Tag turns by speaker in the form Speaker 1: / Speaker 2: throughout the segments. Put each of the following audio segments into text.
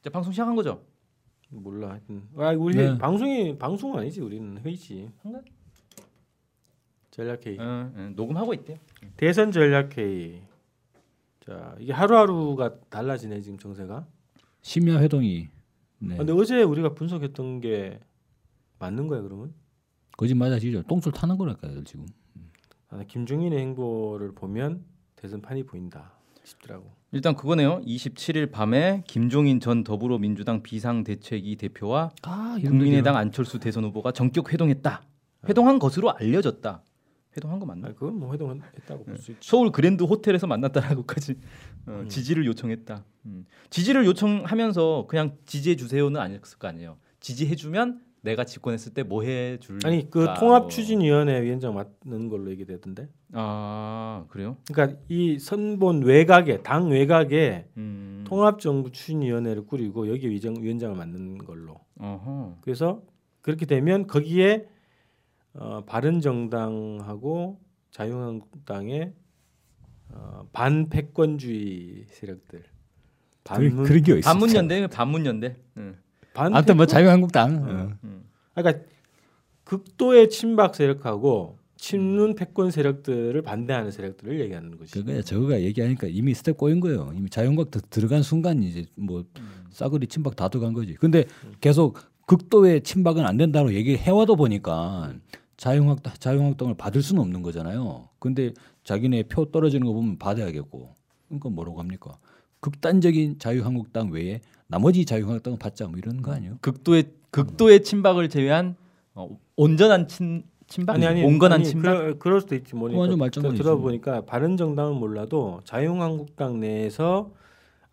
Speaker 1: 이제 방송 시작한 거죠?
Speaker 2: 몰라. 하여튼. 아, 우리
Speaker 1: 네.
Speaker 2: 방송이 방송 아니지. 우리는 회의지.
Speaker 1: 한가? 네.
Speaker 2: 전략회의.
Speaker 1: 응, 응, 예, 녹음하고 있대요.
Speaker 2: 대선 전략회의. 자, 이게 하루하루가 달라지네 지금 정세가. 아,
Speaker 3: 심야 회동이 네.
Speaker 2: 근데 어제 우리가 분석했던 게 맞는 거야 그러면?
Speaker 3: 거짓 맞아지죠. 똥줄 타는 거랄까요 지금.
Speaker 2: 아, 김종인의 행보를 보면 대선판이 보인다 싶더라고.
Speaker 1: 일단 그거네요. 27일 밤에 김종인 전 더불어민주당 비상대책위 대표와
Speaker 3: 아
Speaker 1: 국민의당 안철수 대선 후보가 정격 회동했다. 회동한 것으로 알려졌다. 회동한 거 맞나?
Speaker 2: 아, 그건 뭐 회동했다고
Speaker 1: 네.
Speaker 2: 볼 수 있지.
Speaker 1: 서울 그랜드 호텔에서 만났다라고까지 어, 지지를 요청했다. 음. 지지를 요청하면서 그냥 지지해 주세요는 아니었을 거 아니에요. 지지해주면 내가 집권했을 때 뭐 해줄?
Speaker 2: 아니 그
Speaker 1: 어.
Speaker 2: 통합추진위원회 위원장 맡는 걸로 얘기되던데.
Speaker 1: 아 그래요?
Speaker 2: 그러니까 이 선본 외곽에 당 외곽에
Speaker 1: 음.
Speaker 2: 통합정부 추진위원회를 꾸리고 여기 위정, 위원장을 맡는 걸로.
Speaker 1: 어허.
Speaker 2: 그래서 그렇게 되면 거기에 어, 바른정당하고 자유한국당의 어, 반패권주의 세력들 반문
Speaker 3: 그런 게 있어.
Speaker 1: 반문연대 반문연대. 음.
Speaker 2: 반
Speaker 3: 아무튼 뭐 자유한국당. 어.
Speaker 2: 그러니까 극도의 친박 세력하고 친문 패권 세력들을 반대하는 세력들을 얘기하는 거지.
Speaker 3: 그거야 저거가 얘기하니까 이미 스텝 꼬인 거예요. 이미 자연각 드- 들어간 순간 이제 뭐
Speaker 1: 음.
Speaker 3: 싸그리 침박 다 들어간 거지. 근데 계속 극도의 침박은 안 된다고 얘기해 와도 보니까 자유한국당 자유한국당을 받을 수는 없는 거잖아요. 근데 자기네 표 떨어지는 거 보면 받아야겠고. 그러니까 뭐라고 합니까? 극단적인 자유한국당 외에 나머지 자유한국당은 받자 뭐 이런 거 아니에요?
Speaker 1: 극도의 극도의 친박을 제외한 어, 온전한 친 친박, 온건한
Speaker 2: 아니,
Speaker 1: 친박.
Speaker 2: 그럴, 그럴 수도 있지 뭐니까
Speaker 3: 완전 말장난이지.
Speaker 2: 들어보니까 바른정당은 몰라도 자유한국당 내에서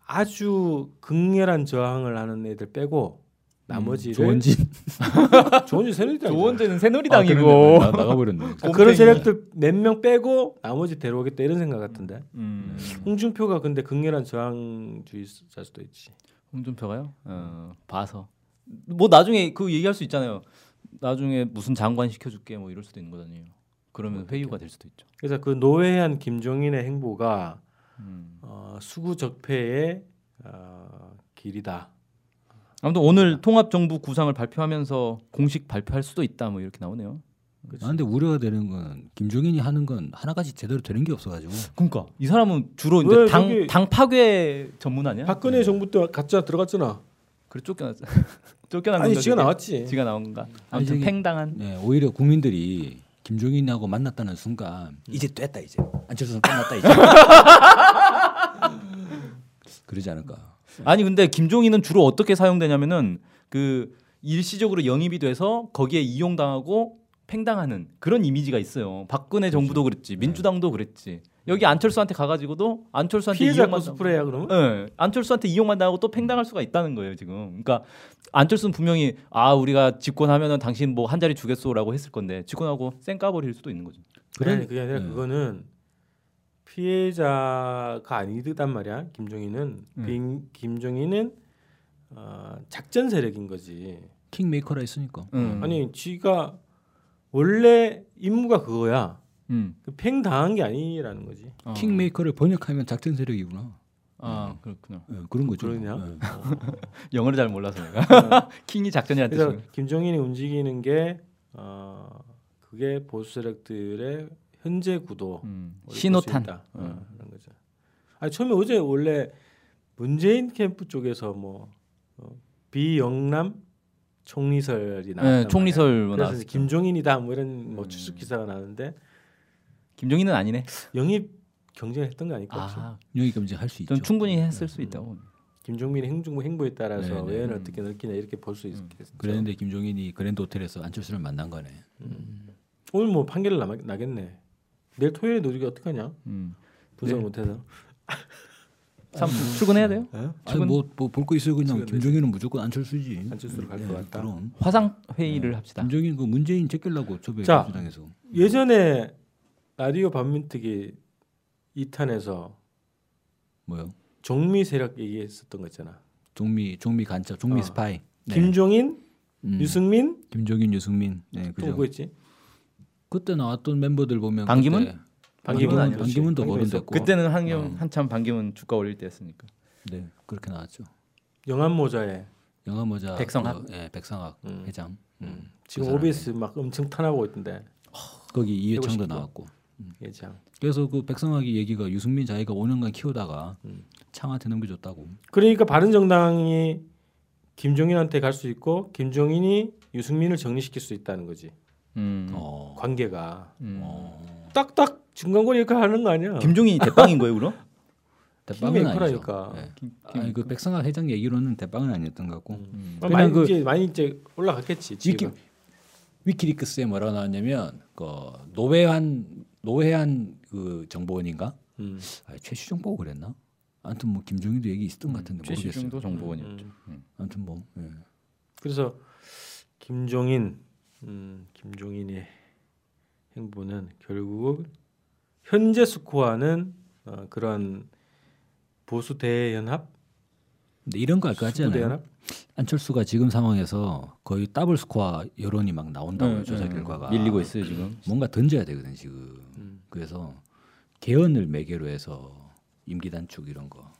Speaker 2: 아주 극렬한 저항을 하는 애들 빼고 나머지를
Speaker 3: 조원진
Speaker 2: 좋은 새누리당
Speaker 1: 조원재는
Speaker 3: 아,
Speaker 1: 새누리당이고.
Speaker 3: 그러네. 나- 나가버렸네.
Speaker 2: 아, 그런
Speaker 1: 곰팡이야.
Speaker 2: 세력들 몇 명 빼고 나머지 데려오겠다 이런 생각 같은데
Speaker 1: 음.
Speaker 2: 홍준표가 근데 극렬한 저항주의자 수도 있지
Speaker 1: 홍준표가요? 어, 봐서. 뭐 나중에 그 얘기할 수 있잖아요. 나중에 무슨 장관 시켜줄게 뭐 이럴 수도 있는 거잖아요. 그러면 회유가 될 수도 있죠.
Speaker 2: 그래서 그 노회한 김종인의 행보가
Speaker 1: 음.
Speaker 2: 어, 수구적폐의 어, 길이다
Speaker 1: 아무튼 오늘 통합정부 구상을 발표하면서 공식 발표할 수도 있다 뭐 이렇게 나오네요.
Speaker 3: 아, 근데 우려가 되는 건 김종인이 하는 건 하나같이 제대로 되는 게 없어가지고
Speaker 1: 그러니까 이 사람은 주로
Speaker 2: 왜
Speaker 1: 이제 당,
Speaker 2: 저기-
Speaker 1: 당 파괴 전문 아니야?
Speaker 2: 박근혜 정부 때 갔잖아 들어갔잖아
Speaker 1: 그래 쫓겨났어. 쫓겨난
Speaker 2: 아니
Speaker 1: 건가,
Speaker 2: 지가
Speaker 1: 그게?
Speaker 2: 나왔지
Speaker 1: 지가 나온 건가?
Speaker 3: 아니,
Speaker 1: 아무튼
Speaker 3: 저기-
Speaker 1: 팽당한.
Speaker 3: 네, 오히려 국민들이 김종인하고 만났다는 순간 이제 됐다 이제 안철수는 끝났다 이제 그러지 않을까
Speaker 1: 아니 근데 김종인은 주로 어떻게 사용되냐면은 그 일시적으로 영입이 돼서 거기에 이용당하고 팽당하는 그런 이미지가 있어요. 박근혜 정부도 그랬지, 민주당도 그랬지. 여기 안철수한테 가가지고도 안철수한테
Speaker 2: 피해자
Speaker 1: 이용만
Speaker 2: 코스프레야 그러면
Speaker 1: 예, 안철수한테 이용만 당하고 또 팽당할 수가 있다는 거예요 지금. 그러니까 안철수는 분명히 아 우리가 집권하면은 당신 뭐 한 자리 주겠소라고 했을 건데 집권하고 쌩 까버릴 수도 있는 거죠.
Speaker 3: 그런-
Speaker 2: 아니 그게 아니라
Speaker 3: 네.
Speaker 2: 그거는 피해자가 아니단 말이야 김종인은
Speaker 1: 음.
Speaker 2: 빈- 김종인은 어, 작전 세력인 거지
Speaker 3: 킹메이커라 했으니까 네.
Speaker 1: 음.
Speaker 2: 아니 지가 원래 임무가 그거야
Speaker 1: 음.
Speaker 2: 그 팽당한 게 아니라는 거지
Speaker 1: 어.
Speaker 3: 킹메이커를 번역하면 작전 세력이구나
Speaker 2: 음.
Speaker 1: 아 그렇구나.
Speaker 3: 예, 그런 거죠
Speaker 2: 그러냐?
Speaker 3: 예.
Speaker 1: 영어를 잘 몰라서 내가 킹이 작전이란
Speaker 2: 어. 그래서
Speaker 1: 뜻이.
Speaker 2: 김종인이 움직이는 게 어, 그게 보수 세력들의 현재 구도
Speaker 1: 음.
Speaker 2: 우리 볼수
Speaker 1: 신호탄.
Speaker 2: 있다. 어,
Speaker 1: 음.
Speaker 2: 그런 거죠. 아 처음에 어제 원래 문재인 캠프 쪽에서 뭐 어, 비영남 총리설이 나왔단
Speaker 1: 네, 총리설
Speaker 2: 말이야.
Speaker 1: 뭐
Speaker 2: 그래서
Speaker 1: 나왔죠.
Speaker 2: 이제 김종인이다 뭐 이런 뭐
Speaker 1: 음.
Speaker 2: 추측 기사가 나는데
Speaker 1: 김종인은 아니네.
Speaker 2: 영입 경쟁했던 거 아닐까? 혹시?
Speaker 1: 아,
Speaker 3: 영역 검증할 수 있죠
Speaker 1: 좀 충분히 했을 수 있다고.
Speaker 2: 김종민의 행정부 행보에 따라서
Speaker 3: 네, 네.
Speaker 2: 외연을 어떻게 넓히냐 이렇게 볼
Speaker 1: 음,
Speaker 2: 수 있겠죠.
Speaker 3: 그랬는데 김종인이 그랜드 호텔에서 안철수를 만난 거네
Speaker 2: 오늘 뭐 판결 나, 나겠네. 내일 토요일에 우리가 어떻게 하냐?
Speaker 1: 음.
Speaker 2: 분석 을 못해서.
Speaker 1: 참 출근해야 돼요.
Speaker 3: 아니
Speaker 1: 지금-
Speaker 3: 뭐볼 거 있어요 그냥
Speaker 2: 지금-
Speaker 3: 김종인은 무조건 안철수지
Speaker 2: 안철수로 갈것
Speaker 3: 예,
Speaker 2: 같다.
Speaker 3: 그럼
Speaker 1: 화상 회의를 합시다.
Speaker 3: 김종인 그 문재인 제끼려고 저배
Speaker 2: 자.
Speaker 3: 민주당에서
Speaker 2: 예전에 라디오 반민특위 2탄에서
Speaker 3: 뭐요
Speaker 2: 종미 세력 얘기했었던 거 있잖아.
Speaker 3: 종미 종미 간첩 종미
Speaker 2: 어.
Speaker 3: 스파이 네.
Speaker 2: 김종인,
Speaker 3: 음.
Speaker 2: 유승민
Speaker 3: 김종인, 유승민. 네,
Speaker 2: 또
Speaker 3: 그죠.
Speaker 2: 누구였지?
Speaker 3: 그때 나왔던 멤버들 보면
Speaker 1: 반기문?
Speaker 3: 그때-
Speaker 2: 반기문
Speaker 3: 반기문
Speaker 2: 아니었지.
Speaker 3: 반기문도
Speaker 2: 반기문
Speaker 1: 네.
Speaker 3: 거론됐고.
Speaker 1: 그때는 한경 한참 반기문 주가 올릴 때였으니까.
Speaker 3: 네, 그렇게 나왔죠.
Speaker 2: 영암 모자에
Speaker 3: 영화 모자
Speaker 1: 백성학?
Speaker 3: 그, 예, 백성학
Speaker 2: 음.
Speaker 3: 회장. 음.
Speaker 2: 지금
Speaker 3: 그 사람.
Speaker 2: OBS 막 엄청 탄압하고 있던데
Speaker 3: 거기 이회창도
Speaker 2: 해보시기로.
Speaker 3: 나왔고.
Speaker 2: 예장.
Speaker 3: 그래서 그 백성학이 얘기가 유승민 자기가 5년간 키우다가 창한테 넘겨줬다고.
Speaker 2: 그러니까 바른정당이 김종인한테 갈 수 있고 김종인이 유승민을 정리시킬 수 있다는 거지
Speaker 1: 음.
Speaker 3: 어.
Speaker 2: 관계가
Speaker 1: 음.
Speaker 2: 딱딱 중간거리 이렇게 하는 거 아니야?
Speaker 1: 김종인이 대빵인 거예요, 그럼?
Speaker 3: 대빵은 아니죠.
Speaker 2: 킹메이커라니까.
Speaker 3: 예.
Speaker 1: 김- 김-
Speaker 3: 아니 그 백성학 회장 얘기로는 대빵은 아니었던 것 같고.
Speaker 1: 음.
Speaker 2: 아, 많이
Speaker 3: 그냥 그-
Speaker 2: 이제 많이 이제 올라갔겠지.
Speaker 3: 위키
Speaker 2: 지금.
Speaker 3: 위키리크스에 뭐라고 나왔냐면 그 노회한 노회한 그 정보원인가?
Speaker 2: 음.
Speaker 3: 아, 최시 정보고 그랬나? 아무튼 뭐 김종희도 얘기 있었던 것 같은데 모르겠어요.
Speaker 1: 음. 최시중도 정보원이요.
Speaker 2: 음.
Speaker 3: 아무튼 뭐 예.
Speaker 2: 그래서 김종인, 음, 김종인의 행보는 결국 현재 스코어는 어, 그런 보수 대연합,
Speaker 3: 근데 이런 거 할 거 같지
Speaker 2: 진보
Speaker 3: 않아요?
Speaker 2: 대연합.
Speaker 3: 안철수가 지금 상황에서 거의 더블 스코어 여론이 막 나온다고 요 조사 결과가
Speaker 1: 네, 밀리고 있어요 지금.
Speaker 3: 뭔가 던져야 되거든 지금.
Speaker 2: 음.
Speaker 3: 그래서 개헌을 매개로 해서 임기 단축 이런 거.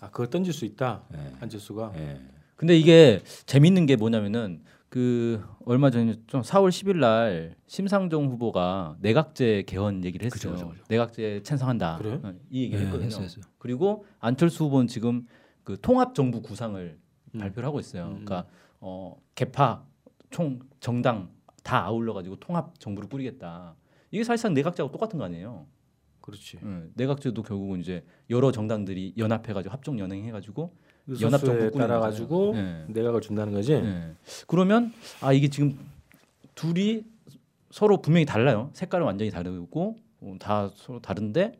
Speaker 2: 아 그거 던질 수 있다.
Speaker 3: 예.
Speaker 2: 안철수가.
Speaker 3: 예.
Speaker 1: 근데 이게 재밌는 게 뭐냐면은 그 얼마 전에 좀 4월 10일 날 심상정 후보가 내각제 개헌 얘기를 했어요.
Speaker 3: 그죠, 그죠, 그죠.
Speaker 1: 내각제 찬성한다.
Speaker 2: 그래요?
Speaker 1: 어, 이 얘기를
Speaker 3: 예,
Speaker 1: 했거든요.
Speaker 3: 했어요, 했어요.
Speaker 1: 그리고 안철수 후보는 지금 그 통합 정부 구상을
Speaker 2: 음.
Speaker 1: 발표를 하고 있어요.
Speaker 2: 음.
Speaker 1: 그러니까 어 개파 총 정당 다 아울러 가지고 통합 정부를 꾸리겠다. 이게 사실상 내각제하고 똑같은 거 아니에요.
Speaker 2: 그렇지.
Speaker 1: 음, 내각제도 결국은 이제 여러 정당들이 연합해가지고 합종 연행해가지고 연합
Speaker 2: 연합정부에
Speaker 1: 정부꾼이
Speaker 2: 그 따라 가지고
Speaker 1: 예.
Speaker 2: 내각을 준다는 거지.
Speaker 1: 예. 그러면 아 이게 지금 둘이 서로 분명히 달라요. 색깔은 완전히 다르고 어, 다 서로 다른데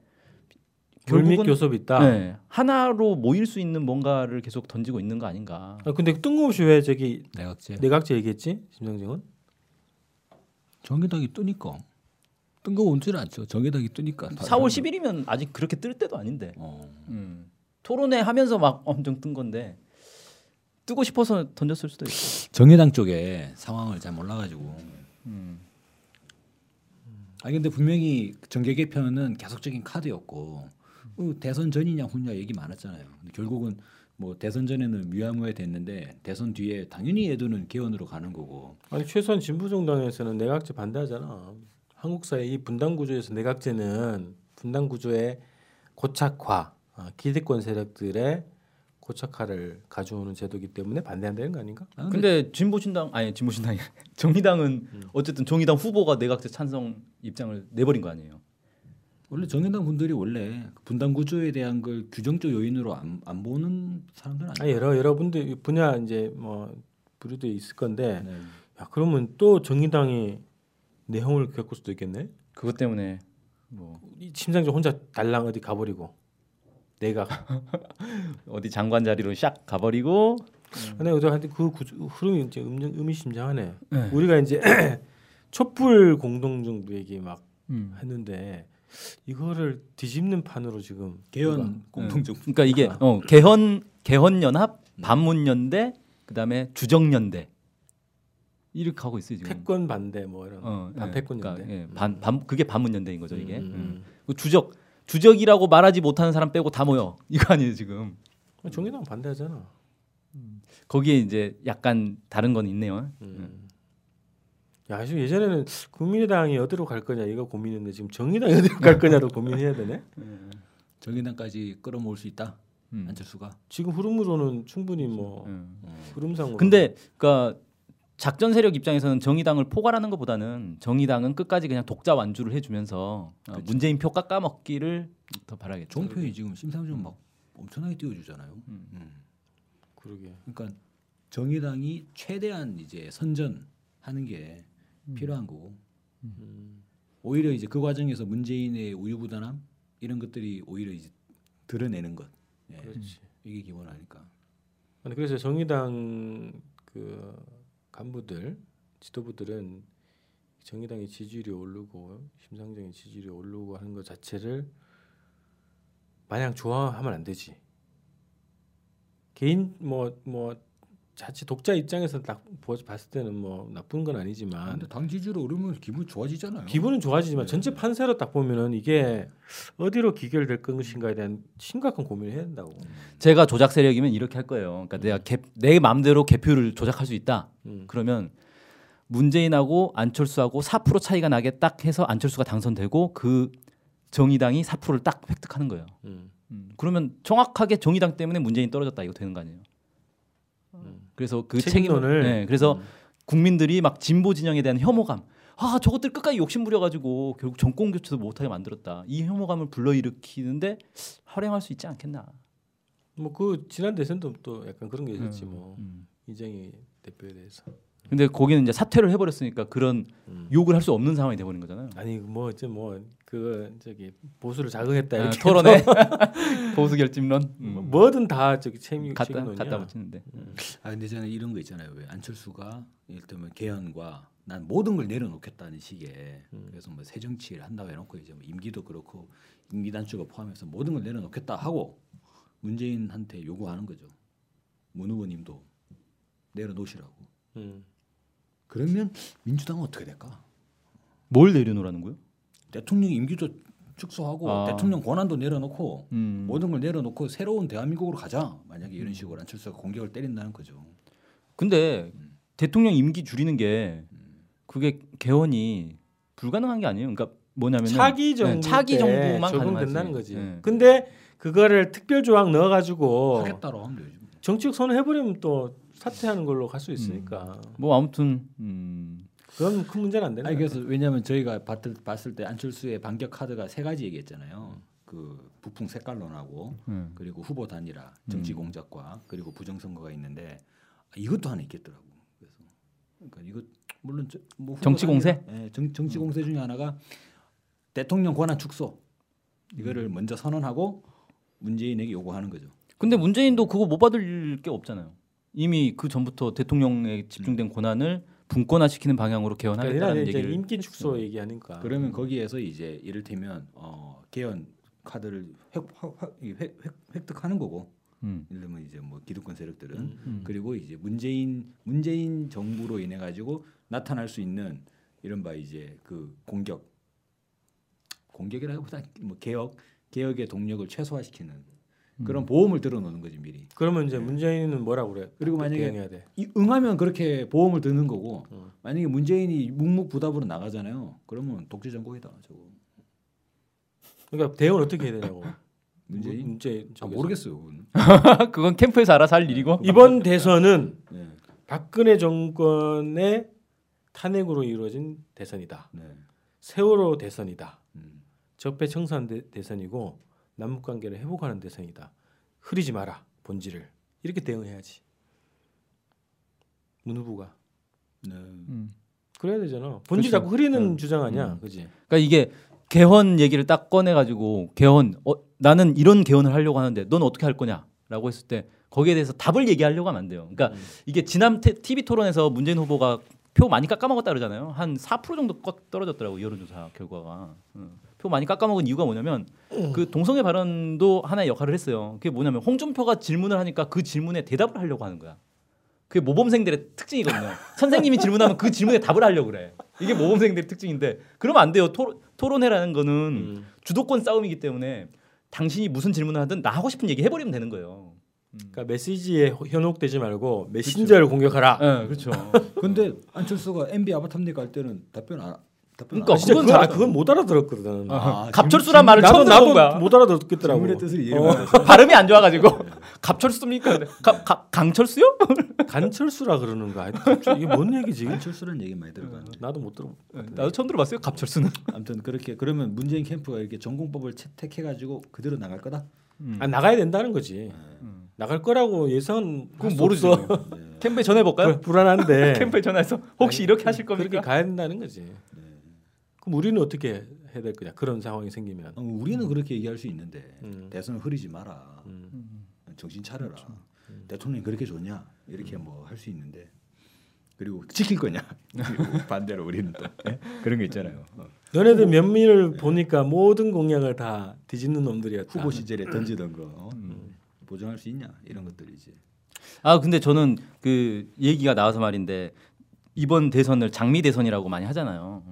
Speaker 2: 물밑
Speaker 1: 결국은-
Speaker 2: 교섭 있다.
Speaker 1: 예, 하나로 모일 수 있는 뭔가를 계속 던지고 있는 거 아닌가.
Speaker 2: 아, 근데 뜬금없이 왜 저기
Speaker 3: 내각제.
Speaker 2: 내각제 얘기했지? 심상정은?
Speaker 3: 정계당이 뜨니까 뜬금없지는 않죠. 정계당이 뜨니까. 다-
Speaker 1: 4월 10일이면 아직 그렇게 뜰 때도 아닌데.
Speaker 3: 어.
Speaker 1: 음. 토론회 하면서 막 엄청 뜬 건데 뜨고 싶어서 던졌을 수도 있고.
Speaker 3: 정의당 쪽에 상황을 잘 몰라가지고. 음. 아니 근데 분명히 정계 개편은 계속적인 카드였고 어, 대선 전이냐 후냐 얘기 많았잖아요. 근데 결국은 뭐 대선 전에는 위암호에 됐는데 대선 뒤에 당연히 애도는 개헌으로 가는 거고.
Speaker 2: 아니 최소한 진보정당에서는 내각제 반대하잖아. 한국 사회 이 분단 구조에서 내각제는 분단 구조의 고착화, 아, 기득권 세력들의 고착화를 가져오는 제도이기 때문에 반대한다는 거 아닌가?
Speaker 3: 아, 근데
Speaker 1: 근데 진보신당 아니 진보신당이 정의당은
Speaker 2: 음.
Speaker 1: 어쨌든 정의당 후보가 네 내각제 찬성 입장을 내버린 거 아니에요.
Speaker 3: 원래 정의당 분들이 원래 분단 구조에 대한 걸 규정적 요인으로 안, 안 보는 사람들 아니에요.
Speaker 2: 아 여러 여러분들 이 분야 이제 뭐 부류도 있을 건데
Speaker 3: 네.
Speaker 2: 야, 그러면 또 정의당이 내홍을 겪을 수도 있겠네.
Speaker 1: 그것 때문에 뭐
Speaker 2: 이 심상정 혼자 달랑 어디 가버리고 내각.
Speaker 1: 어디 장관 자리로 샥 가버리고
Speaker 3: 음.
Speaker 2: 근데 어제한테 그 구조, 흐름이 이제 음, 의미심장하네. 우리가 이제 촛불 공동정부 얘기 막
Speaker 1: 음.
Speaker 2: 했는데 이거를 뒤집는 판으로 지금 음,
Speaker 3: 개헌
Speaker 1: 공동정. 그러니까 이게
Speaker 2: 아.
Speaker 1: 어, 개헌 개헌 연합, 반문 연대, 그다음에 주정 연대 이렇게 하고 있어요 지금.
Speaker 2: 패권 반대 뭐 이런
Speaker 1: 어, 예.
Speaker 2: 반패권
Speaker 1: 그러니까,
Speaker 2: 연대.
Speaker 1: 예, 반, 반 그게 반문 연대인 거죠 이게.
Speaker 2: 음, 음.
Speaker 1: 음. 그 주적 주적이라고 말하지 못하는 사람 빼고 다 모여 이거 아니에요 지금.
Speaker 2: 어, 정의당 반대하잖아.
Speaker 1: 거기에 이제 약간 다른 건 있네요.
Speaker 2: 음.
Speaker 1: 네.
Speaker 2: 야, 지금 예전에는 국민의당이 어디로 갈 거냐 이거 고민했는데 지금 정의당이 어디로 갈 거냐로 고민해야 되네.
Speaker 3: 정의당까지 끌어모을 수 있다.
Speaker 1: 음.
Speaker 3: 안철수가.
Speaker 2: 지금 흐름으로는 충분히 뭐
Speaker 1: 음.
Speaker 2: 흐름상으로.
Speaker 1: 근데 그러니까 작전 세력 입장에서는 정의당을 포괄하는 것보다는 정의당은 끝까지 그냥 독자 완주를 해주면서 어, 문재인 표 깎아먹기를 더 바라겠죠.
Speaker 3: 종편이 지금 심상정 막 엄청나게 띄워주잖아요. 네. 음.
Speaker 2: 그러게.
Speaker 3: 그러니까 정의당이 최대한 이제 선전하는 게 필요한 거고
Speaker 2: 음.
Speaker 3: 오히려 이제 그 과정에서 문재인의 우유부단함 이런 것들이 오히려 이제 드러내는 것
Speaker 1: 네.
Speaker 3: 예.
Speaker 2: 그렇지.
Speaker 3: 이게 기본 아닐까.
Speaker 2: 아니 그래서 정의당 그 간부들 지도부들은 정의당의 지지율이 오르고 심상정의 지지율이 오르고 하는 것 자체를 마냥 좋아하면 안 되지. 개인 뭐 뭐 자칫 독자 입장에서 딱 보- 봤을 때는 뭐 나쁜 건 아니지만
Speaker 4: 근데 당 지지율 오르면 기분 좋아지잖아요.
Speaker 2: 기분은
Speaker 1: 네.
Speaker 2: 좋아지지만 전체 판세로 딱 보면은 이게 어디로 기결될 것인가에 대한 심각한 고민을 해야 된다고.
Speaker 1: 제가 조작 세력이면 이렇게 할 거예요. 그러니까 내가 개, 내 마음대로 개표를 조작할 수 있다.
Speaker 2: 음.
Speaker 1: 그러면 문재인하고 안철수하고 4% 차이가 나게 딱 해서 안철수가 당선되고 그 정의당이 4%를 딱 획득하는 거예요.
Speaker 2: 음.
Speaker 1: 음, 그러면 정확하게 정의당 때문에 문재인 떨어졌다 이거 되는 거 아니에요. 그래서 그
Speaker 2: 책임론을. 음.
Speaker 1: 책임론을 네, 그래서 국민들이 막 진보 진영에 대한 혐오감 아 저것들 끝까지 욕심부려가지고 결국 정권 교체도 못하게 만들었다 이 혐오감을 불러일으키는데 활용할 수 있지 않겠나
Speaker 2: 뭐그 지난 대선도 또 약간 그런 게 있었지 뭐
Speaker 1: 음.
Speaker 2: 이정희 대표에 대해서.
Speaker 1: 근데 거기는 이제 사퇴를 해버렸으니까 그런
Speaker 2: 음.
Speaker 1: 욕을 할 수 없는 상황이 돼버린 거잖아요
Speaker 2: 아니 뭐 이제 뭐그 저기 보수를 자극했다
Speaker 1: 아,
Speaker 2: 이렇게
Speaker 1: 토론회 보수 결집론
Speaker 2: 뭐
Speaker 1: 음.
Speaker 2: 뭐든 다 저기 책임
Speaker 1: 갖다
Speaker 2: 책임론이야.
Speaker 1: 갖다 붙이는데
Speaker 3: 아 근데 저는 이런 거 있잖아요. 왜 안철수가 예를 들면 개헌과 난 모든 걸 내려놓겠다는 식의 그래서 뭐 새 정치를 한다고 해놓고 이제 뭐 임기도 그렇고 임기 단축을 포함해서 모든 걸 내려놓겠다 하고 문재인한테 요구하는 거죠. 문 후보님도 내려놓으시라고.
Speaker 2: 음.
Speaker 3: 그러면 민주당은 어떻게 될까?
Speaker 1: 뭘 내려놓으라는 거예요?
Speaker 3: 대통령 임기도 축소하고
Speaker 1: 아.
Speaker 3: 대통령 권한도 내려놓고
Speaker 1: 음.
Speaker 3: 모든 걸 내려놓고 새로운 대한민국으로 가자. 만약에 이런 식으로 안철수가 공격을 때린다는 거죠.
Speaker 1: 근데 대통령 임기 줄이는 게 그게 개헌이 불가능한 게 아니에요. 그러니까 뭐냐면
Speaker 2: 차기 정부
Speaker 1: 차기
Speaker 2: 때
Speaker 1: 정부만
Speaker 2: 적용된다는
Speaker 1: 가능하지.
Speaker 2: 거지.
Speaker 1: 네.
Speaker 2: 근데 그거를 특별 조항 넣어가지고
Speaker 3: 하겠다로 하면 되죠.
Speaker 2: 정치적 선을 해버리면 또 사퇴하는 걸로 갈 수 있으니까
Speaker 1: 뭐 아무튼 음.
Speaker 2: 그건 큰 문제는 안 되는
Speaker 3: 아니
Speaker 2: 거야.
Speaker 3: 그래서 왜냐하면 저희가 봤을, 봤을 때 안철수의 반격 카드가 세 가지 얘기했잖아요. 그 북풍 색깔론하고
Speaker 1: 음.
Speaker 3: 그리고 후보 단일화, 정치 공작과 그리고 부정선거가 있는데 아, 이것도 하나 있겠더라고. 그래서 그러니까 이거 물론 저, 뭐 후보
Speaker 1: 정치 공세?
Speaker 3: 단일화, 예, 정, 정치 공세 중에 하나가 대통령 권한 축소 이거를
Speaker 1: 음.
Speaker 3: 먼저 선언하고 문재인에게 요구하는 거죠.
Speaker 1: 근데 문재인도 그거 못 받을 게 없잖아요. 이미 그 전부터 대통령에 집중된 권한을 분권화시키는 방향으로
Speaker 2: 음. 그러니까 이날
Speaker 1: 개헌하겠다는
Speaker 2: 이제
Speaker 1: 얘기를
Speaker 2: 임기 축소
Speaker 1: 아.
Speaker 2: 얘기하니까
Speaker 3: 그러면 거기에서 이제 이를테면 어, 개헌 카드를 획, 확- 확- 이 획, 획, 획득하는 거고
Speaker 1: 음.
Speaker 3: 예를 들면 이제 뭐 기득권 세력들은
Speaker 2: 음.
Speaker 3: 그리고 이제 문재인 문재인 정부로 인해 가지고 나타날 수 있는 이른바 이제 그 공격 공격이라기보다 뭐 개혁 개혁의 동력을 최소화시키는 그런 보험을 들어놓는 거지 미리
Speaker 2: 그러면
Speaker 1: 네.
Speaker 2: 이제 문재인은 뭐라고 그래?
Speaker 3: 그리고 만약에-
Speaker 2: 대응해야 돼.
Speaker 3: 이- 응하면 그렇게 보험을 드는 거고
Speaker 2: 어.
Speaker 3: 만약에 문재인이 묵묵부답으로 나가잖아요 그러면 독재 정국이다 저거
Speaker 2: 그러니까 대응을 어떻게 해야 되냐고.
Speaker 3: 문재인
Speaker 2: 문제
Speaker 3: 아, 모르겠어요 그건.
Speaker 1: 그건 캠프에서 알아서 할 일이고
Speaker 2: 이번 대선은
Speaker 3: 네.
Speaker 2: 박근혜 정권의 탄핵으로 이루어진 대선이다.
Speaker 3: 네.
Speaker 2: 세월호 대선이다.
Speaker 3: 음.
Speaker 2: 적폐 청산 대, 대선이고 남북 관계를 회복하는 대선이다. 흐리지 마라 본질을 이렇게 대응해야지. 문 후보가
Speaker 3: 네.
Speaker 1: 음.
Speaker 2: 그래야 되잖아.
Speaker 3: 그렇죠.
Speaker 2: 본질
Speaker 1: 그쵸.
Speaker 2: 자꾸 흐리는
Speaker 3: 음.
Speaker 2: 주장 아니야, 그지?
Speaker 1: 그러니까 이게 개헌 얘기를 딱 꺼내가지고 개헌 어, 나는 이런 개헌을 하려고 하는데 넌 어떻게 할 거냐라고 했을 때 거기에 대해서 답을 얘기하려고 하면 안 돼요. 그러니까 이게 지난 테- TV 토론에서 문재인 후보가 표 많이 깎아먹었다 그러잖아요. 한 4% 정도 꺾- 떨어졌더라고 여론조사 결과가. 음. 표 많이 깎아먹은 이유가 뭐냐면 그 동성애 발언도 하나의 역할을 했어요. 그게 뭐냐면 홍준표가 질문을 하니까 그 질문에 대답을 하려고 하는 거야. 그게 모범생들의 특징이거든요. 선생님이 질문하면 그 질문에 답을 하려고 그래. 이게 모범생들의 특징인데 그러면 안 돼요. 토, 토론회라는 거는
Speaker 2: 음.
Speaker 1: 주도권 싸움이기 때문에 당신이 무슨 질문을 하든 나 하고 싶은 얘기 해버리면 되는 거예요.
Speaker 2: 그러니까 메시지에 호- 현혹되지
Speaker 3: 그렇죠.
Speaker 2: 말고 메신저를 공격하라.
Speaker 3: 아,
Speaker 1: 네, 그렇죠.
Speaker 3: 근데 안철수가 MB 아바탐닉 갈 때는 답변 안 답변
Speaker 1: 그러니까
Speaker 3: 안
Speaker 2: 진짜
Speaker 1: 그건
Speaker 2: 그건, 아,
Speaker 1: 잘하잖아.
Speaker 2: 그건 못 알아들었거든.
Speaker 3: 아,
Speaker 1: 갑철수란 말을 처음
Speaker 2: 나도
Speaker 1: 들어본
Speaker 2: 나도
Speaker 1: 거야.
Speaker 2: 못 알아들었겠더라고.
Speaker 3: 질문의 뜻을 이해
Speaker 2: 어,
Speaker 3: 못해서.
Speaker 1: 발음이 안 좋아가지고 갑철수입니까? 갑- 갑- 강철수요?
Speaker 2: 간철수라 그러는 거야. 갑자기 이게 뭔 얘기지?
Speaker 3: 안철수라는 얘기 많이 들어가는.
Speaker 2: 나도 못 들어.
Speaker 1: 네, 나도 처음 들어봤어요. 갑철수는.
Speaker 3: 아무튼 그렇게 그러면 문재인 캠프가 이렇게 전공법을 채택해 가지고 그대로 나갈 거다.
Speaker 1: 음.
Speaker 2: 아 나가야 된다는 거지. 나갈 거라고 예상은
Speaker 1: 그건
Speaker 2: 할수
Speaker 1: 모르죠.
Speaker 2: 없어.
Speaker 1: 캠프에 전해볼까요?
Speaker 2: 불- 불안한데
Speaker 1: 캠프에 전화해서 혹시
Speaker 2: 아니,
Speaker 1: 이렇게 하실 겁니까? 네.
Speaker 2: 그렇게 가야 된다는 거지. 그럼 우리는 어떻게 해야 될 거냐? 그런 상황이 생기면.
Speaker 3: 어, 우리는 그렇게 얘기할 수 있는데
Speaker 2: 음.
Speaker 3: 대선을 흐리지 마라.
Speaker 2: 음.
Speaker 3: 정신 차려라. 대통령이 그렇게 좋냐? 이렇게 뭐 할 수 있는데 그리고 지킬 거냐? 그리고 반대로 우리는 또 예? 그런 게 있잖아요. 어,
Speaker 2: 너네들 면민을 보니까 모든 공약을 다 뒤집는 놈들이었다.
Speaker 3: 아. 음. 후보 시절에 던지던 거 어? 보정할 수 있냐? 이런 것들이지.
Speaker 1: 아 근데 저는 그 얘기가 나와서 말인데 이번 대선을 장미 대선이라고 많이 하잖아요.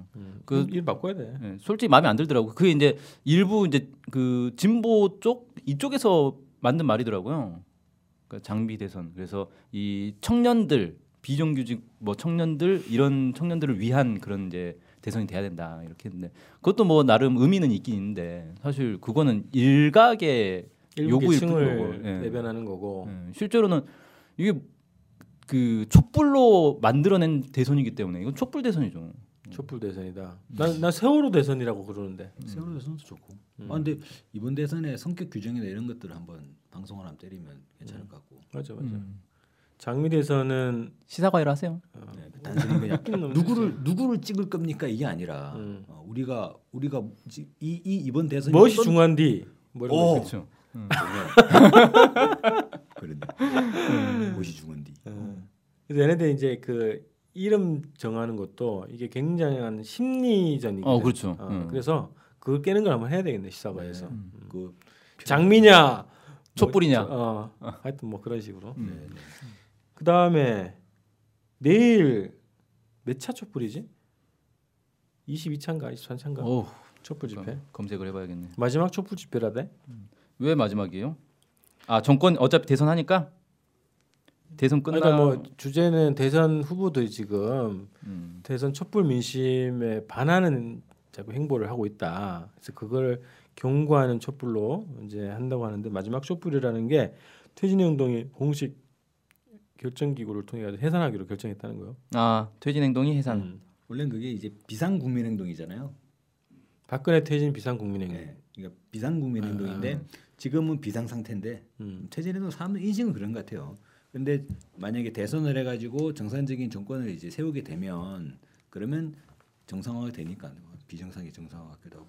Speaker 1: 그-
Speaker 2: 음, 그일 바꿔야 돼.
Speaker 1: 예, 솔직히 마음에 안 들더라고. 그게 이제 일부 이제 그 진보 쪽 이쪽에서 만든 말이더라고요. 그니까 장비 대선. 그래서 이 청년들 비정규직 뭐 청년들 이런 청년들을 위한 그런 이제 대선이 돼야 된다 이렇게 했는데 그것도 뭐 나름 의미는 있긴 있는데 사실 그거는 일각의
Speaker 2: 일부
Speaker 1: 요구일 뿐
Speaker 2: 계층을
Speaker 1: 요거. 예.
Speaker 2: 대변하는 거고.
Speaker 1: 예, 실제로는 이게 그 촛불로 만들어낸 대선이기 때문에 이건 촛불 대선이죠.
Speaker 2: 촛불 대선이다.
Speaker 1: 음.
Speaker 2: 난나 세월호 대선이라고 그러는데.
Speaker 4: 세월호 대선도 좋고.
Speaker 2: 음.
Speaker 3: 아, 근데 이번 대선의 성격 규정이나 이런 것들을 한번 방송을 한번 때리면
Speaker 2: 음.
Speaker 3: 괜찮을 것 같고
Speaker 2: 맞아 맞아.
Speaker 1: 음.
Speaker 2: 장미 대선은
Speaker 1: 시사 과외를 하세요.
Speaker 2: 아.
Speaker 3: 네, 그 단순히 그냥
Speaker 2: 웃긴 놈들.
Speaker 3: 누구를 누구를 찍을 겁니까 이게 아니라
Speaker 2: 음.
Speaker 3: 어, 우리가 우리가 지- 이, 이 이번 대선
Speaker 2: 무엇이 중요한디? 뭐 이런 거
Speaker 3: 오.
Speaker 2: 있어요.
Speaker 1: 그렇죠.
Speaker 3: 그런데 무엇이 음, 중은디
Speaker 2: 예. 그래서 얘네들 이제 그 이름 정하는 것도 이게 굉장한 심리전이거든.
Speaker 1: 어, 그렇죠.
Speaker 2: 어,
Speaker 1: 음.
Speaker 2: 그래서 그걸 깨는 걸 한번 해야 되겠네 시사바에서. 네.
Speaker 3: 그
Speaker 2: 음. 장미냐,
Speaker 1: 촛불이냐.
Speaker 2: 뭐, 어, 하여튼 뭐 그런 식으로.
Speaker 1: 음.
Speaker 3: 네, 네.
Speaker 2: 그 다음에 내일 몇 차 촛불이지? 22차인가 23차인가
Speaker 1: 오,
Speaker 2: 그러니까 촛불 집회.
Speaker 1: 어, 그럼 검색을 해봐야겠네.
Speaker 2: 마지막 촛불 집회라대.
Speaker 1: 왜 마지막이에요? 아 정권 어차피 대선 하니까 대선 끝나.
Speaker 2: 그러니까 뭐 주제는 대선 후보들이 지금
Speaker 1: 음.
Speaker 2: 대선 촛불 민심에 반하는 자꾸 행보를 하고 있다. 그래서 그걸 경고하는 촛불로 이제 한다고 하는데 마지막 촛불이라는 게 퇴진의 운동이 공식 결정 기구를 통해 가지고 해산하기로 결정했다는 거예요.
Speaker 1: 아 퇴진 행동이 해산.
Speaker 2: 음.
Speaker 3: 원래 는 그게 이제 비상 국민 행동이잖아요.
Speaker 2: 박근혜 퇴진 비상국민행위.
Speaker 3: 네. 그러니까 비상 국민 행동인데
Speaker 2: 아.
Speaker 3: 지금은 비상 상태인데
Speaker 2: 음.
Speaker 3: 퇴진해도 사람 인식은 그런 것 같아요. 근데 만약에 대선을 해가지고 정상적인 정권을 이제 세우게 되면 그러면 정상화가 되니까 비정상이 정상화 같기도 하고.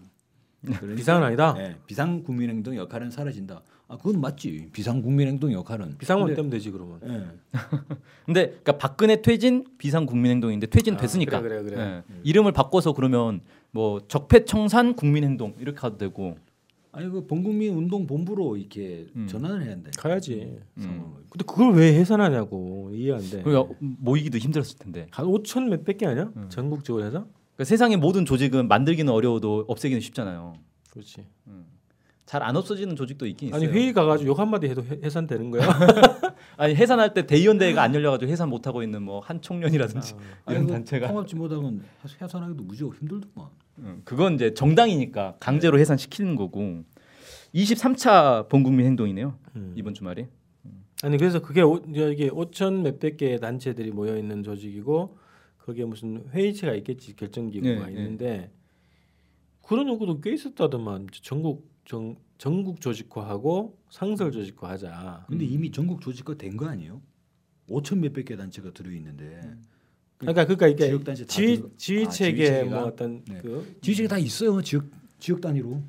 Speaker 3: 그러니까
Speaker 2: 비상은 아니다.
Speaker 1: 네.
Speaker 3: 예, 비상 국민 행동 역할은 사라진다. 아 그건 맞지. 비상 국민 행동 역할은
Speaker 2: 비상만 떼면 되지 그러면.
Speaker 3: 근데- 예.
Speaker 1: 근데 그러니까 박근혜 퇴진 비상 국민 행동인데 퇴진
Speaker 2: 아,
Speaker 1: 됐으니까.
Speaker 2: 그래, 그래, 음. 그래.
Speaker 1: 예. 이름을 바꿔서 그러면 뭐 적폐청산 국민 행동 이렇게 해도 되고.
Speaker 3: 아니 그 본국민 운동 본부로 이렇게
Speaker 1: 음.
Speaker 3: 전환을 해야 한다. 음.
Speaker 2: 가야지.
Speaker 3: 상황을.
Speaker 2: 근데 그걸 왜 해산하냐고 이해 안 돼.
Speaker 1: 그리고 모이기도 힘들었을 텐데.
Speaker 2: 한 5천 몇백 개 아니야?
Speaker 1: 음.
Speaker 2: 전국적으로 해서?
Speaker 1: 그러니까 세상의 모든 조직은 만들기는 어려워도 없애기는 쉽잖아요.
Speaker 2: 그렇지.
Speaker 1: 잘 안 없어지는 조직도 있긴 있어요. 아.
Speaker 2: 아니 회의 가가지고 욕 한마디 해도 해- 해산되는 거야?
Speaker 1: 아니 해산할 때 대의원대회가 안 열려가지고 해산 못 하고 있는 뭐 한 총련이라든지
Speaker 3: 아니,
Speaker 1: 이런
Speaker 3: 그
Speaker 1: 단체가.
Speaker 3: 통합진보당은 해산하기도 무지하고 힘들더만.
Speaker 1: 음, 그건 이제 정당이니까 강제로 해산시키는 거고 23차 본국민 행동이네요
Speaker 2: 음.
Speaker 1: 이번 주말에
Speaker 2: 아니 그래서 그게 오, 이게 5천 몇백 개의 단체들이 모여 있는 조직이고 거기에 무슨 회의체가 있겠지 결정 기구가
Speaker 1: 네,
Speaker 2: 있는데 그런 요구도 꽤 있었다더만 전국 정, 전국 조직화하고 상설 조직화하자.
Speaker 3: 근데 이미 전국 조직화 된 거 아니에요? 5천 몇백 개 단체가 들어 있는데
Speaker 2: 그러니까 그러니까 이게
Speaker 3: 지역 단체 다
Speaker 2: 지휘
Speaker 3: 들어가-
Speaker 2: 지휘
Speaker 3: 아,
Speaker 2: 체계
Speaker 3: 지휘체계가?
Speaker 2: 뭐 어떤
Speaker 3: 네.
Speaker 2: 그
Speaker 3: 지역이 다 있어요 지역 지역 단위로.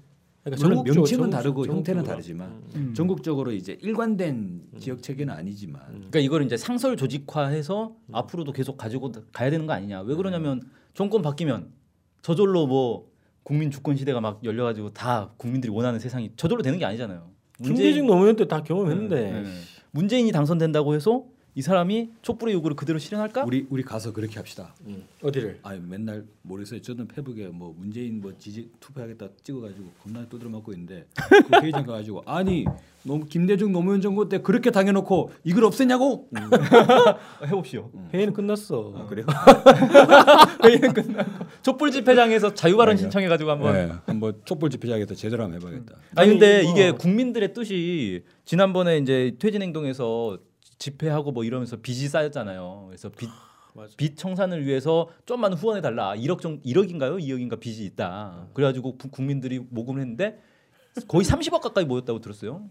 Speaker 2: 그러니까
Speaker 3: 물론
Speaker 2: 전국적으로, 전국적으로,
Speaker 3: 명칭은 다르고 형태는
Speaker 2: 전국적으로.
Speaker 3: 다르지만
Speaker 2: 음.
Speaker 3: 전국적으로 이제 일관된
Speaker 1: 음.
Speaker 3: 지역 체계는 아니지만
Speaker 1: 그러니까 이걸 이제 상설 조직화해서 앞으로도 계속 가지고 가야 되는 거 아니냐 왜 그러냐면 정권 바뀌면 저절로 뭐 국민 주권 시대가 막 열려가지고 다 국민들이 원하는 세상이 저절로 되는 게 아니잖아요
Speaker 2: 김대중 노무현 때 다
Speaker 1: 네,
Speaker 2: 경험했는데
Speaker 1: 네. 문재인이 당선된다고 해서 이 사람이 촛불의 요구를 그대로
Speaker 4: 그러니까
Speaker 1: 실현할까
Speaker 3: 우리 우리 가서 그렇게 합시다.
Speaker 2: 음. 어디를
Speaker 3: 아니 맨날 모르겠어요. 저는 페북에 뭐 문재인 뭐 지지 투표하겠다 찍어가지고 겁나 두드려 맞고 있는데 그 회의장 가가지고 아니 너무 김대중 노무현 정부 때 그렇게 당해놓고 이걸 없애냐고?
Speaker 1: 해봅시오
Speaker 2: 회의는 끝났어.
Speaker 3: 음. 아, 그래요?
Speaker 1: 네, 촛불 집회장에서 자유발언 신청해가지고 한번 음.
Speaker 4: 네, 한번 촛불 집회하겠다 제대로 한번 해봐야겠다.
Speaker 1: 아니 근데
Speaker 2: 아니, 뭐.
Speaker 1: 이게 국민들의 뜻이 지난번에 이제 퇴진 행동에서 집회하고 뭐 이러면서 빚이 쌓였잖아요. 그래서 빚,
Speaker 2: 맞아.
Speaker 1: 빚 청산을 위해서 좀만 후원해 달라. 1억 정 1억인가요? 2억인가 빚이 있다. 그래가지고 부- 국민들이 모금을 했는데 거의 30억 가까이 모였다고 들었어요.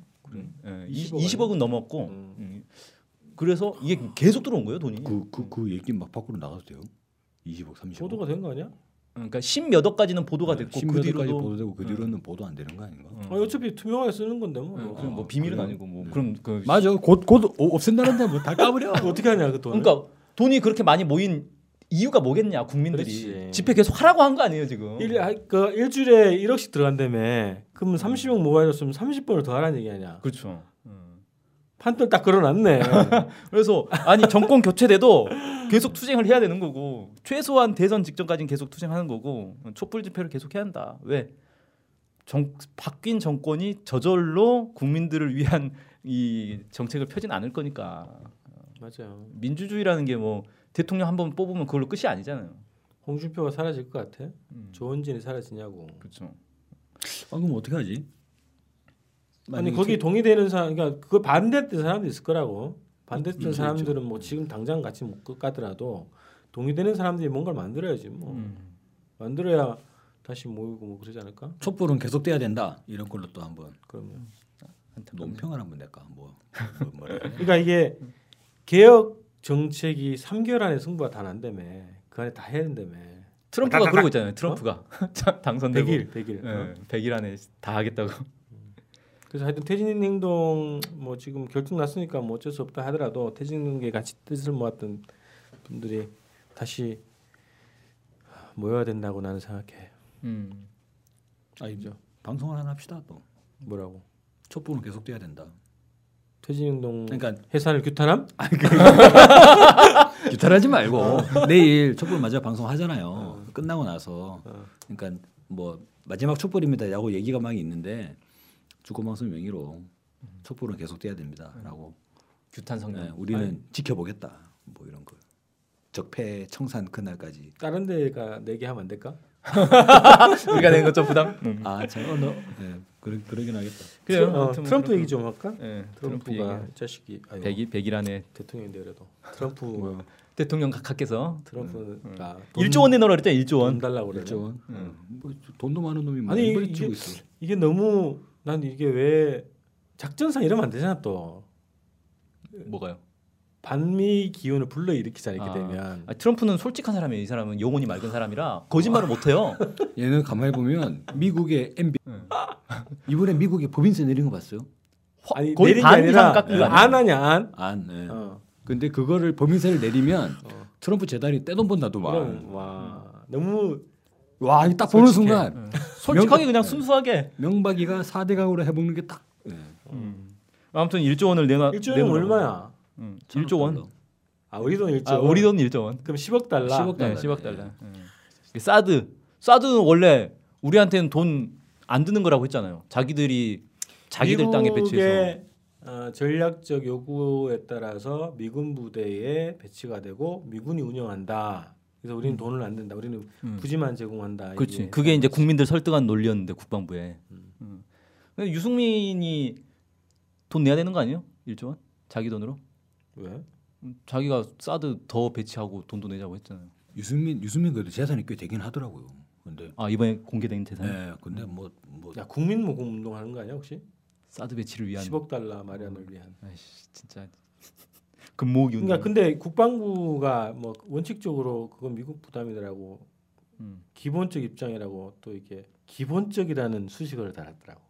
Speaker 1: 예,
Speaker 2: 20억
Speaker 1: 20억 은 넘었고
Speaker 2: 음.
Speaker 1: 음. 그래서 이게 계속 들어온 거예요 돈이.
Speaker 4: 그 그 그 얘기 막 밖으로 나가도 돼요? 20억,
Speaker 3: 그렇죠.
Speaker 4: 30억.
Speaker 2: 보도가 된 거 아니야?
Speaker 3: 음.
Speaker 1: 그러니까 10몇 억까지는 보도가
Speaker 3: 네,
Speaker 1: 됐고 그
Speaker 4: 10몇 억까지
Speaker 1: 뒤로도 음.
Speaker 4: 보도되고 그 뒤로는 보도 안 되는 거 아닌가?
Speaker 2: 아니, 어차피 투명하게 쓰는 건데 뭐.
Speaker 3: 음,
Speaker 1: 예, 그럼 뭐 비밀은 아니고 뭐 그럼 그
Speaker 4: 맞아, 곧곧 없앤다는데 뭐 다 까버려.
Speaker 3: 아,
Speaker 2: 그거 아, 어떻게 하냐 그 돈을.
Speaker 1: 그러니까 돈이 그렇게 많이 모인 이유가 뭐겠냐 국민들이
Speaker 2: 그렇지.
Speaker 1: 집회 계속 하라고 한 거 아니에요 지금
Speaker 2: 일, 아, 그 일주일에 1억씩
Speaker 3: 음.
Speaker 2: 들어간다며 그러면 30억 모아줬으면 30번을 더 하라는 얘기 아니야
Speaker 1: 그렇죠 음.
Speaker 2: 판돈 딱 걸어놨네.
Speaker 1: 그래서 아니 정권 교체돼도 계속 투쟁을 해야 되는 거고 최소한 대선 직전까지는 계속 투쟁하는 거고 촛불 집회를 계속 해야 한다. 왜? 정, 바뀐 정권이 저절로 국민들을 위한 이 정책을 펴진 않을 거니까
Speaker 2: 맞아요.
Speaker 1: 민주주의라는 게 뭐 대통령 한 번 뽑으면 그걸로 끝이 아니잖아요.
Speaker 2: 홍준표가 사라질 것 같아?
Speaker 1: 음.
Speaker 2: 조원진이 사라지냐고.
Speaker 1: 그렇죠.
Speaker 3: 아, 그럼 어떻게 하지?
Speaker 2: 아니
Speaker 3: 만약에
Speaker 2: 거기 동의되는 사람, 그러니까 그거 반대했던 사람도 있을 거라고. 반대했던
Speaker 3: 있죠,
Speaker 2: 사람들은 뭐 지금 당장 같이 못 가더라도 동의되는 사람들이 뭔가를 만들어야지
Speaker 1: 음.
Speaker 2: 뭐.
Speaker 3: 음.
Speaker 2: 만들어야 다시 모이고 뭐 그러지 않을까?
Speaker 3: 촛불은 계속 떼야 된다 이런 걸로 또 한번
Speaker 2: 그럼요.
Speaker 3: 음. 논평을 한번 낼까 뭐, 뭐 뭐래.
Speaker 2: 그러니까 이게
Speaker 3: 음.
Speaker 2: 개혁 정책이 3개월 안에 승부가 다 난다며. 그 안에 다 해야 된다며.
Speaker 1: 트럼프가 그러고 있잖아요. 트럼프가 어? 자, 당선되고
Speaker 2: 100일, 100일. 어?
Speaker 1: 예, 100일 안에 다 하겠다고.
Speaker 2: 그래서 하여튼 퇴진 행동 뭐 지금 결정 났으니까 뭐 어쩔 수 없다 하더라도 퇴진 행동에 같이 뜻을 모았던 분들이 다시 모여야 된다고 나는 생각해.
Speaker 1: 음.
Speaker 3: 아니죠. 방송을 하나 합시다 또.
Speaker 2: 뭐라고?
Speaker 3: 촛불은 계속 떼야 된다.
Speaker 4: 어.
Speaker 2: 퇴진 행동
Speaker 3: 그러니까
Speaker 2: 해산을 규탄함?
Speaker 3: 기타하지 말고
Speaker 4: 어.
Speaker 3: 내일 촛불 맞아 방송 하잖아요. 끝나고 나서
Speaker 4: 어.
Speaker 3: 그러니까 뭐 마지막 촛불입니다라고 얘기가 막 있는데 주권방송 명의로 촛불은 계속 떼야
Speaker 4: 음.
Speaker 3: 됩니다라고
Speaker 1: 규탄 성명.
Speaker 3: 네, 우리는 지켜보겠다 뭐 이런 거 적폐 청산 그날까지
Speaker 2: 다른 데가 내기하면 안 될까?
Speaker 1: 네. 우리가 내는 것좀 부담.
Speaker 3: 아참 어, 너 네, 그러, 그러긴 하겠다
Speaker 1: 그래요.
Speaker 2: 어,
Speaker 1: 아무튼 뭐
Speaker 2: 트럼프
Speaker 1: 그렇고.
Speaker 2: 얘기 좀 할까?
Speaker 1: 예,
Speaker 2: 트럼프가 이 자식이 아유,
Speaker 1: 100일 100일 안에
Speaker 2: 대통령인데 그래도
Speaker 3: 뭐,
Speaker 2: 트럼프
Speaker 1: 대통령 각하께서
Speaker 2: 트럼프가 아, 돈-
Speaker 1: 1조 음. 원내 넣으라 그랬잖아요. 1조
Speaker 2: 돈
Speaker 1: 원.
Speaker 2: 달라고 그래.
Speaker 3: 그렇죠 뭐 돈도 많은
Speaker 2: 네.
Speaker 3: 놈이
Speaker 2: 아니,
Speaker 3: 많이
Speaker 2: 이게-
Speaker 3: 벌리치고 있어
Speaker 2: 이게 너무 난 이게 왜 작전상 이러면 안 되잖아 또
Speaker 1: 음, 뭐가요?
Speaker 2: 반미 기운을 불러 일으키자 이렇게
Speaker 1: 아.
Speaker 2: 되면
Speaker 1: 아, 트럼프는 솔직한 사람이에요. 이 사람은 영혼이 맑은 사람이라 거짓말을 못 해요.
Speaker 3: 얘는 가만히 보면 미국의 MB
Speaker 2: 네.
Speaker 1: 응.
Speaker 3: 이번에 미국에 법인세 내린 거 봤어요?
Speaker 2: 아니
Speaker 1: 거의
Speaker 2: 내린 게
Speaker 1: 반 이상
Speaker 2: 아니라
Speaker 1: 깎은 거 아니야?
Speaker 2: 안 하냐 안
Speaker 3: 안 네.
Speaker 2: 어.
Speaker 3: 근데 그거를 법인세를 내리면
Speaker 2: 어.
Speaker 3: 트럼프 재단이 떼돈 번다더만
Speaker 2: 그럼 와 너무
Speaker 3: 와 이거 딱 보는
Speaker 2: 솔직해.
Speaker 3: 순간
Speaker 1: 응. 솔직하게 그냥 순수하게.
Speaker 3: 명박이가 4대강으로 해먹는 게딱 네.
Speaker 1: 음. 아무튼 1조 원을 내놔.
Speaker 2: 일조는 얼마야
Speaker 1: 응. 1조 원.
Speaker 2: 아 우리 돈 일조
Speaker 1: 아, 우리 돈 1조 원.
Speaker 2: 그럼 10억 달러
Speaker 3: 10억 달러. 예.
Speaker 1: 네, 10억 달러. 응. 이게 사드. 사드는 원래 우리한테는 돈 안 드는 거라고 했잖아요. 자기들이 자기들 땅에 배치해서.
Speaker 2: 미국의, 어, 전략적 요구에 따라서 미군 부대에 배치가 되고 미군이 운영한다 그래서 우리는 돈을 안 낸다 우리는
Speaker 1: 음.
Speaker 2: 부지만 제공한다 이게
Speaker 1: 그렇지. 그게
Speaker 2: 음.
Speaker 1: 이제 국민들 설득한 논리였는데 국방부에. 음. 근데 유승민이 돈 내야 되는 거 아니에요? 1조 원? 자기 돈으로?
Speaker 2: 왜
Speaker 1: 음, 자기가 사드 더 배치하고 돈도 내자고 했잖아요.
Speaker 3: 유승민 유승민 그래도 재산이 꽤 되긴 하더라고요. 근데
Speaker 1: 아 이번에 공개된 재산
Speaker 3: 네, 근데 뭐 뭐
Speaker 2: 야 국민 모금 운동하는 거 아니야 혹시?
Speaker 1: 사드 배치를 위한.
Speaker 2: 10억 달러 마련을 위한.
Speaker 1: 아이씨 진짜 금모기 운동.
Speaker 2: 그러니까 근데 국방부가 뭐 원칙적으로 그건 미국 부담이라고
Speaker 1: 음,
Speaker 2: 기본적 입장이라고 또 이게 기본적이라는 수식어를 달았더라고.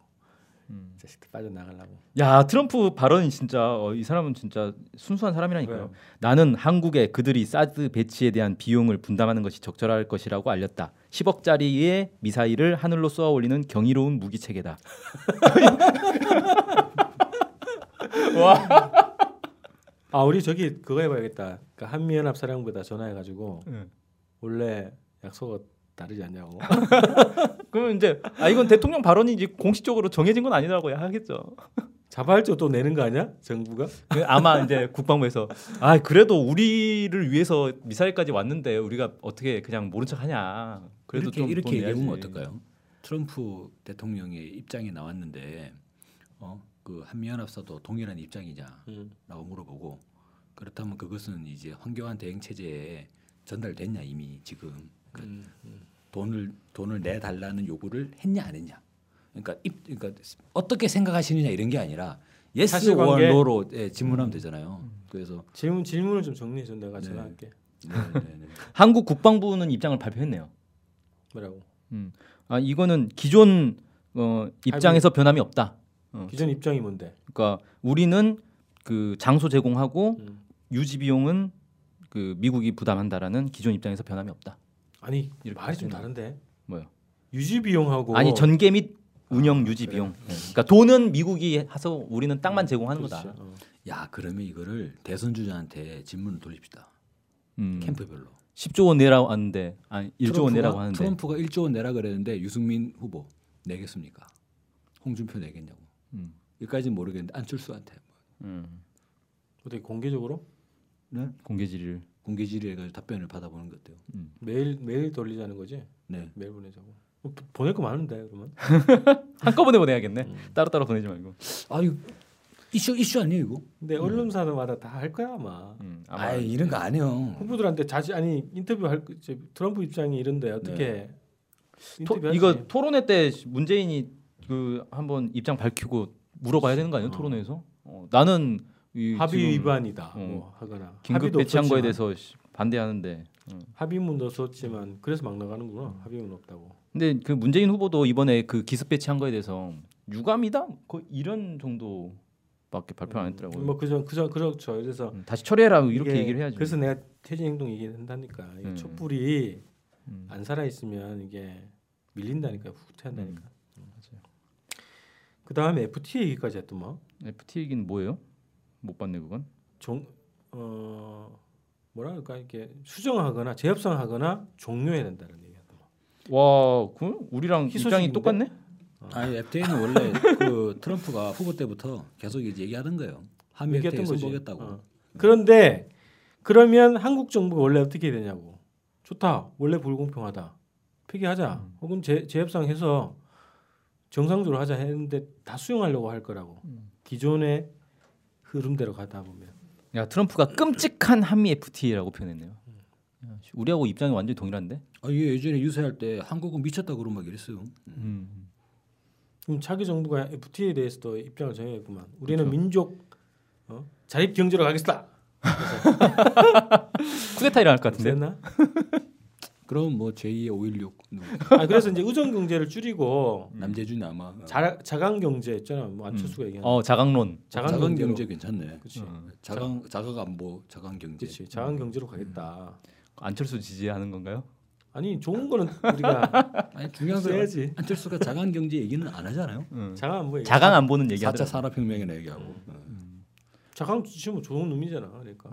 Speaker 1: 음.
Speaker 2: 자식들 빠져나가려고.
Speaker 1: 야 트럼프 발언이 진짜 어, 이 사람은 진짜 순수한 사람이라니까요.
Speaker 2: 왜요?
Speaker 1: 나는 한국에 그들이 사드 배치에 대한 비용을 분담하는 것이 적절할 것이라고 알렸다. 10억짜리의 미사일을 하늘로 쏘아 올리는 경이로운 무기 체계다.
Speaker 2: 아 우리 저기 그거 해봐야겠다. 그러니까 한미연합사령부에다 전화해가지고
Speaker 1: 네.
Speaker 2: 원래 약속어 다르지 않냐고.
Speaker 1: 그러면 이제 아 이건 대통령 발언이지 공식적으로 정해진 건 아니라고 하겠죠.
Speaker 2: 자발적으로 또 내는 거 아니야? 정부가?
Speaker 1: 그 아마 이제 국방부에서 아 그래도 우리를 위해서 미사일까지 왔는데 우리가 어떻게 그냥 모른 척하냐. 그래도
Speaker 3: 이렇게
Speaker 1: 좀
Speaker 3: 이렇게
Speaker 1: 돈
Speaker 3: 얘기하면
Speaker 1: 내야지.
Speaker 3: 어떨까요? 트럼프 대통령의 입장이 나왔는데 어 그 한미연합사도 동일한 입장이냐라고
Speaker 2: 음.
Speaker 3: 물어보고 그렇다면 그것은 이제 황교안 대행 체제에 전달됐냐 이미 지금
Speaker 2: 음.
Speaker 3: 돈을 돈을 내 달라는 요구를 했냐 안 했냐. 그러니까 입 그러니까 어떻게 생각하시느냐 이런 게 아니라 yes or
Speaker 2: 사실관계. 음.
Speaker 3: no로 예, 질문하면 되잖아요. 그래서
Speaker 2: 질문 질문을 좀 정리해 줘 내가
Speaker 3: 네.
Speaker 2: 전화할게.
Speaker 3: 네, 네, 네.
Speaker 1: 한국 국방부는 입장을 발표했네요.
Speaker 2: 뭐라고?
Speaker 1: 음. 아 이거는 기존 어, 입장에서 변함이 없다. 어.
Speaker 2: 기존 입장이 뭔데?
Speaker 1: 그러니까 우리는 그 장소 제공하고
Speaker 2: 음.
Speaker 1: 유지 비용은 그 미국이 부담한다라는 기존 입장에서 변함이 없다.
Speaker 2: 아니
Speaker 1: 이렇게
Speaker 2: 말이 좀
Speaker 1: 하시나?
Speaker 2: 다른데.
Speaker 1: 뭐요?
Speaker 2: 유지 비용하고
Speaker 1: 뭐. 아니 전개 네. 및 운영 유지 비용. 예. 그러니까 돈은 미국이 해서 우리는 땅만 제공하는 거다.
Speaker 2: 그렇지, 어.
Speaker 3: 야 그러면 이거를 대선 주자한테 질문을 돌립시다.
Speaker 1: 음.
Speaker 3: 캠프별로.
Speaker 1: 10조 원 내라고 하는데 아니 1조 원
Speaker 3: 트럼프가-
Speaker 1: 내라고 하는데
Speaker 3: 트럼프가 1조 원 내라 그랬는데 유승민 후보 내겠습니까? 홍준표 내겠냐고.
Speaker 1: 음.
Speaker 3: 여기까지는 모르겠는데 안철수한테 뭐
Speaker 1: 음.
Speaker 2: 어떻게 공개적으로
Speaker 3: 네?
Speaker 1: 공개 질의를
Speaker 3: 공개 질의해가지고 그 답변을 받아보는 것 같아요.
Speaker 2: 매일 매일 돌리자는 거지?
Speaker 3: 네.
Speaker 2: 매일 보내자고. 어, 보- 보낼 거 많은데 그러면.
Speaker 1: 한꺼번에 보내야겠네 따로따로 보내지 말고
Speaker 3: 아 이거 이슈 이슈 아니에요 이거?
Speaker 2: 근데 언론사마다 다 할 거야 아마.
Speaker 1: 음, 아마
Speaker 3: 아 이런 거 안 해요.
Speaker 2: 후보들한테 자주 아니 인터뷰 할 거- 이제 트럼프 입장이 이런데 어떻게
Speaker 1: 네. 토,
Speaker 2: 인터뷰하지?
Speaker 1: 이거 토론회 때 문재인이 그 한번 입장 밝히고 물어봐야 되는 거 아니에요
Speaker 2: 어.
Speaker 1: 토론회에서 어, 나는 이
Speaker 2: 합의
Speaker 1: 지금
Speaker 2: 위반이다
Speaker 1: 어.
Speaker 2: 뭐 하거나
Speaker 1: 긴급
Speaker 2: 합의도
Speaker 1: 배치한 거에
Speaker 2: 없었지만.
Speaker 1: 대해서 씨, 반대하는데 어.
Speaker 2: 합의문도 썼지만 그래서 막 나가는구나 합의문 없다고
Speaker 1: 근데 그 문재인 후보도 이번에 그 기습 배치한 거에 대해서 유감이다 거의 이런 정도밖에 발표 안 했더라고요
Speaker 2: 뭐 그저 그저 그렇죠 그래서
Speaker 1: 음, 다시 처리해라 이렇게
Speaker 2: 이게-
Speaker 1: 얘기를 해야지
Speaker 2: 그래서 내가 퇴진 행동 얘기한다니까 이게
Speaker 1: 음.
Speaker 2: 촛불이
Speaker 1: 음.
Speaker 2: 안 살아 있으면 이게 밀린다니까 후퇴한다니까
Speaker 1: 음,
Speaker 2: 그 다음에 FT 얘기까지 뭐? 했더만
Speaker 1: FT 얘기는 뭐예요? 못 봤네 그건
Speaker 2: 종어 뭐랄까 이렇게 수정하거나 재협상하거나 종료해야 된다는 얘기였더만
Speaker 1: 와 그, 우리랑 입장이
Speaker 2: 희소식인데?
Speaker 1: 똑같네
Speaker 3: 아니 FTA는 원래 그 트럼프가 후보 때부터 계속 이제 얘기하던 거예요. 한미 FTA 승복했다고.
Speaker 2: 어. 그런데 그러면 한국 정부가 원래 어떻게 해야 되냐고 좋다 원래 불공평하다 폐기하자 혹은 재, 재협상해서 정상적으로 하자 했는데 다 수용하려고 할 거라고 기존의 흐름대로 가다 보면
Speaker 1: 야 트럼프가 끔찍한 한미 FTA라고 표현했네요 야, 씨, 우리하고 입장이 완전히 동일한데
Speaker 3: 아 이게 예전에 유세할 때 한국은 미쳤다 그런 막 이랬어요.
Speaker 1: 음.
Speaker 2: 그럼 차기 정부가 FTA에 대해서도 입장을 정해야겠구만 우리는 민족 어? 자립 경제로 가겠다
Speaker 1: 쿠데타 일어날 것 같은데
Speaker 2: 됐나?
Speaker 3: 그럼 뭐 제2의 516 누구?
Speaker 2: 아, 그래서 이제 의존 경제를 줄이고
Speaker 3: 남재준 아마
Speaker 2: 자, 자강 경제 있잖아 뭐 안철수가 얘기한
Speaker 1: 어 자강론 어.
Speaker 2: 자강
Speaker 3: 자강
Speaker 2: 경제로.
Speaker 3: 경제 괜찮네.
Speaker 2: 그치
Speaker 3: 자강 자각 안보 자강 경제. 뭐
Speaker 2: 그렇지 자강 경제로 가겠다
Speaker 1: 안철수 지지하는 건가요?
Speaker 2: 아니 좋은 거는 우리가
Speaker 3: 아니 중요한 건
Speaker 2: 써야지.
Speaker 3: 안철수가 자강 경제 얘기는 안 하잖아요.
Speaker 2: 장안 뭐
Speaker 1: 음. 자강 안 보는 얘기
Speaker 3: 4차
Speaker 1: 하더라.
Speaker 3: 산업혁명이나 얘기하고
Speaker 1: 음.
Speaker 3: 어.
Speaker 2: 자강 지금 좋은 놈이잖아 그러니까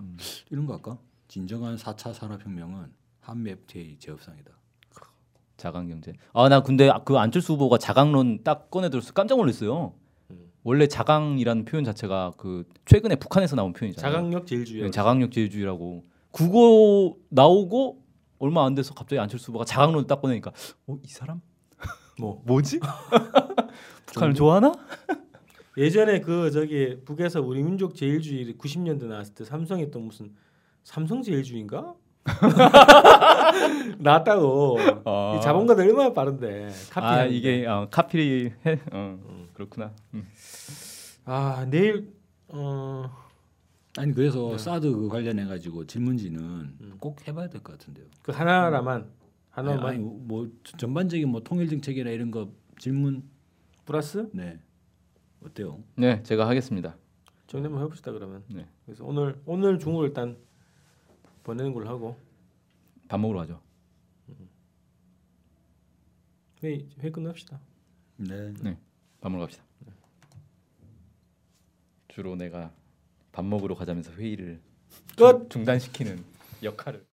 Speaker 3: 이런 거 할까? 진정한 4차 산업혁명은 한미 FTA 재협상이다.
Speaker 1: 자강 경제. 아 나 근데 그 안철수 후보가 자강론 딱 꺼내들어서 깜짝 놀랐어요. 원래 자강이라는 표현 자체가 그 최근에 북한에서 나온 표현이잖아요.
Speaker 2: 자강력 제일주의
Speaker 1: 네, 자강력 제일주의라고 그거 나오고 얼마 안 돼서 갑자기 안철수 후보가 자강론을 딱 꺼내니까 어 이 사람
Speaker 2: 뭐
Speaker 1: 뭐지? 북한을 좋아하나?
Speaker 2: 예전에 그 저기 북에서 우리 민족 제일주의 90년대 나왔을 때 삼성이 또 무슨 삼성 제일주의인가 나왔다고
Speaker 1: 아.
Speaker 2: 이 자본가들 얼마나 빠른데 카피
Speaker 1: 아 이게 어, 카피 해. 어, 그렇구나. 음.
Speaker 2: 아 내일 어그
Speaker 3: 아니 그래서 사드 그 관련해 가지고 질문지는 꼭 해봐야 될 것 같은데요.
Speaker 2: 그 하나라만
Speaker 3: 아니,
Speaker 2: 하나만
Speaker 3: 아니, 뭐 전반적인 뭐 통일 정책이나 이런 거 질문
Speaker 2: 플러스
Speaker 3: 네 어때요?
Speaker 1: 네 제가 하겠습니다.
Speaker 2: 정리 한번 해봅시다 그러면
Speaker 1: 네.
Speaker 2: 그래서 오늘 오늘 중으로 일단 보내는 걸로 하고
Speaker 1: 밥 먹으러 가죠.
Speaker 2: 회의 회의 끝납시다.
Speaker 3: 네.
Speaker 1: 밥 먹으러 갑시다. 주로 내가 밥 먹으러 가자면서 회의를
Speaker 2: 끝!
Speaker 1: 중단시키는 역할을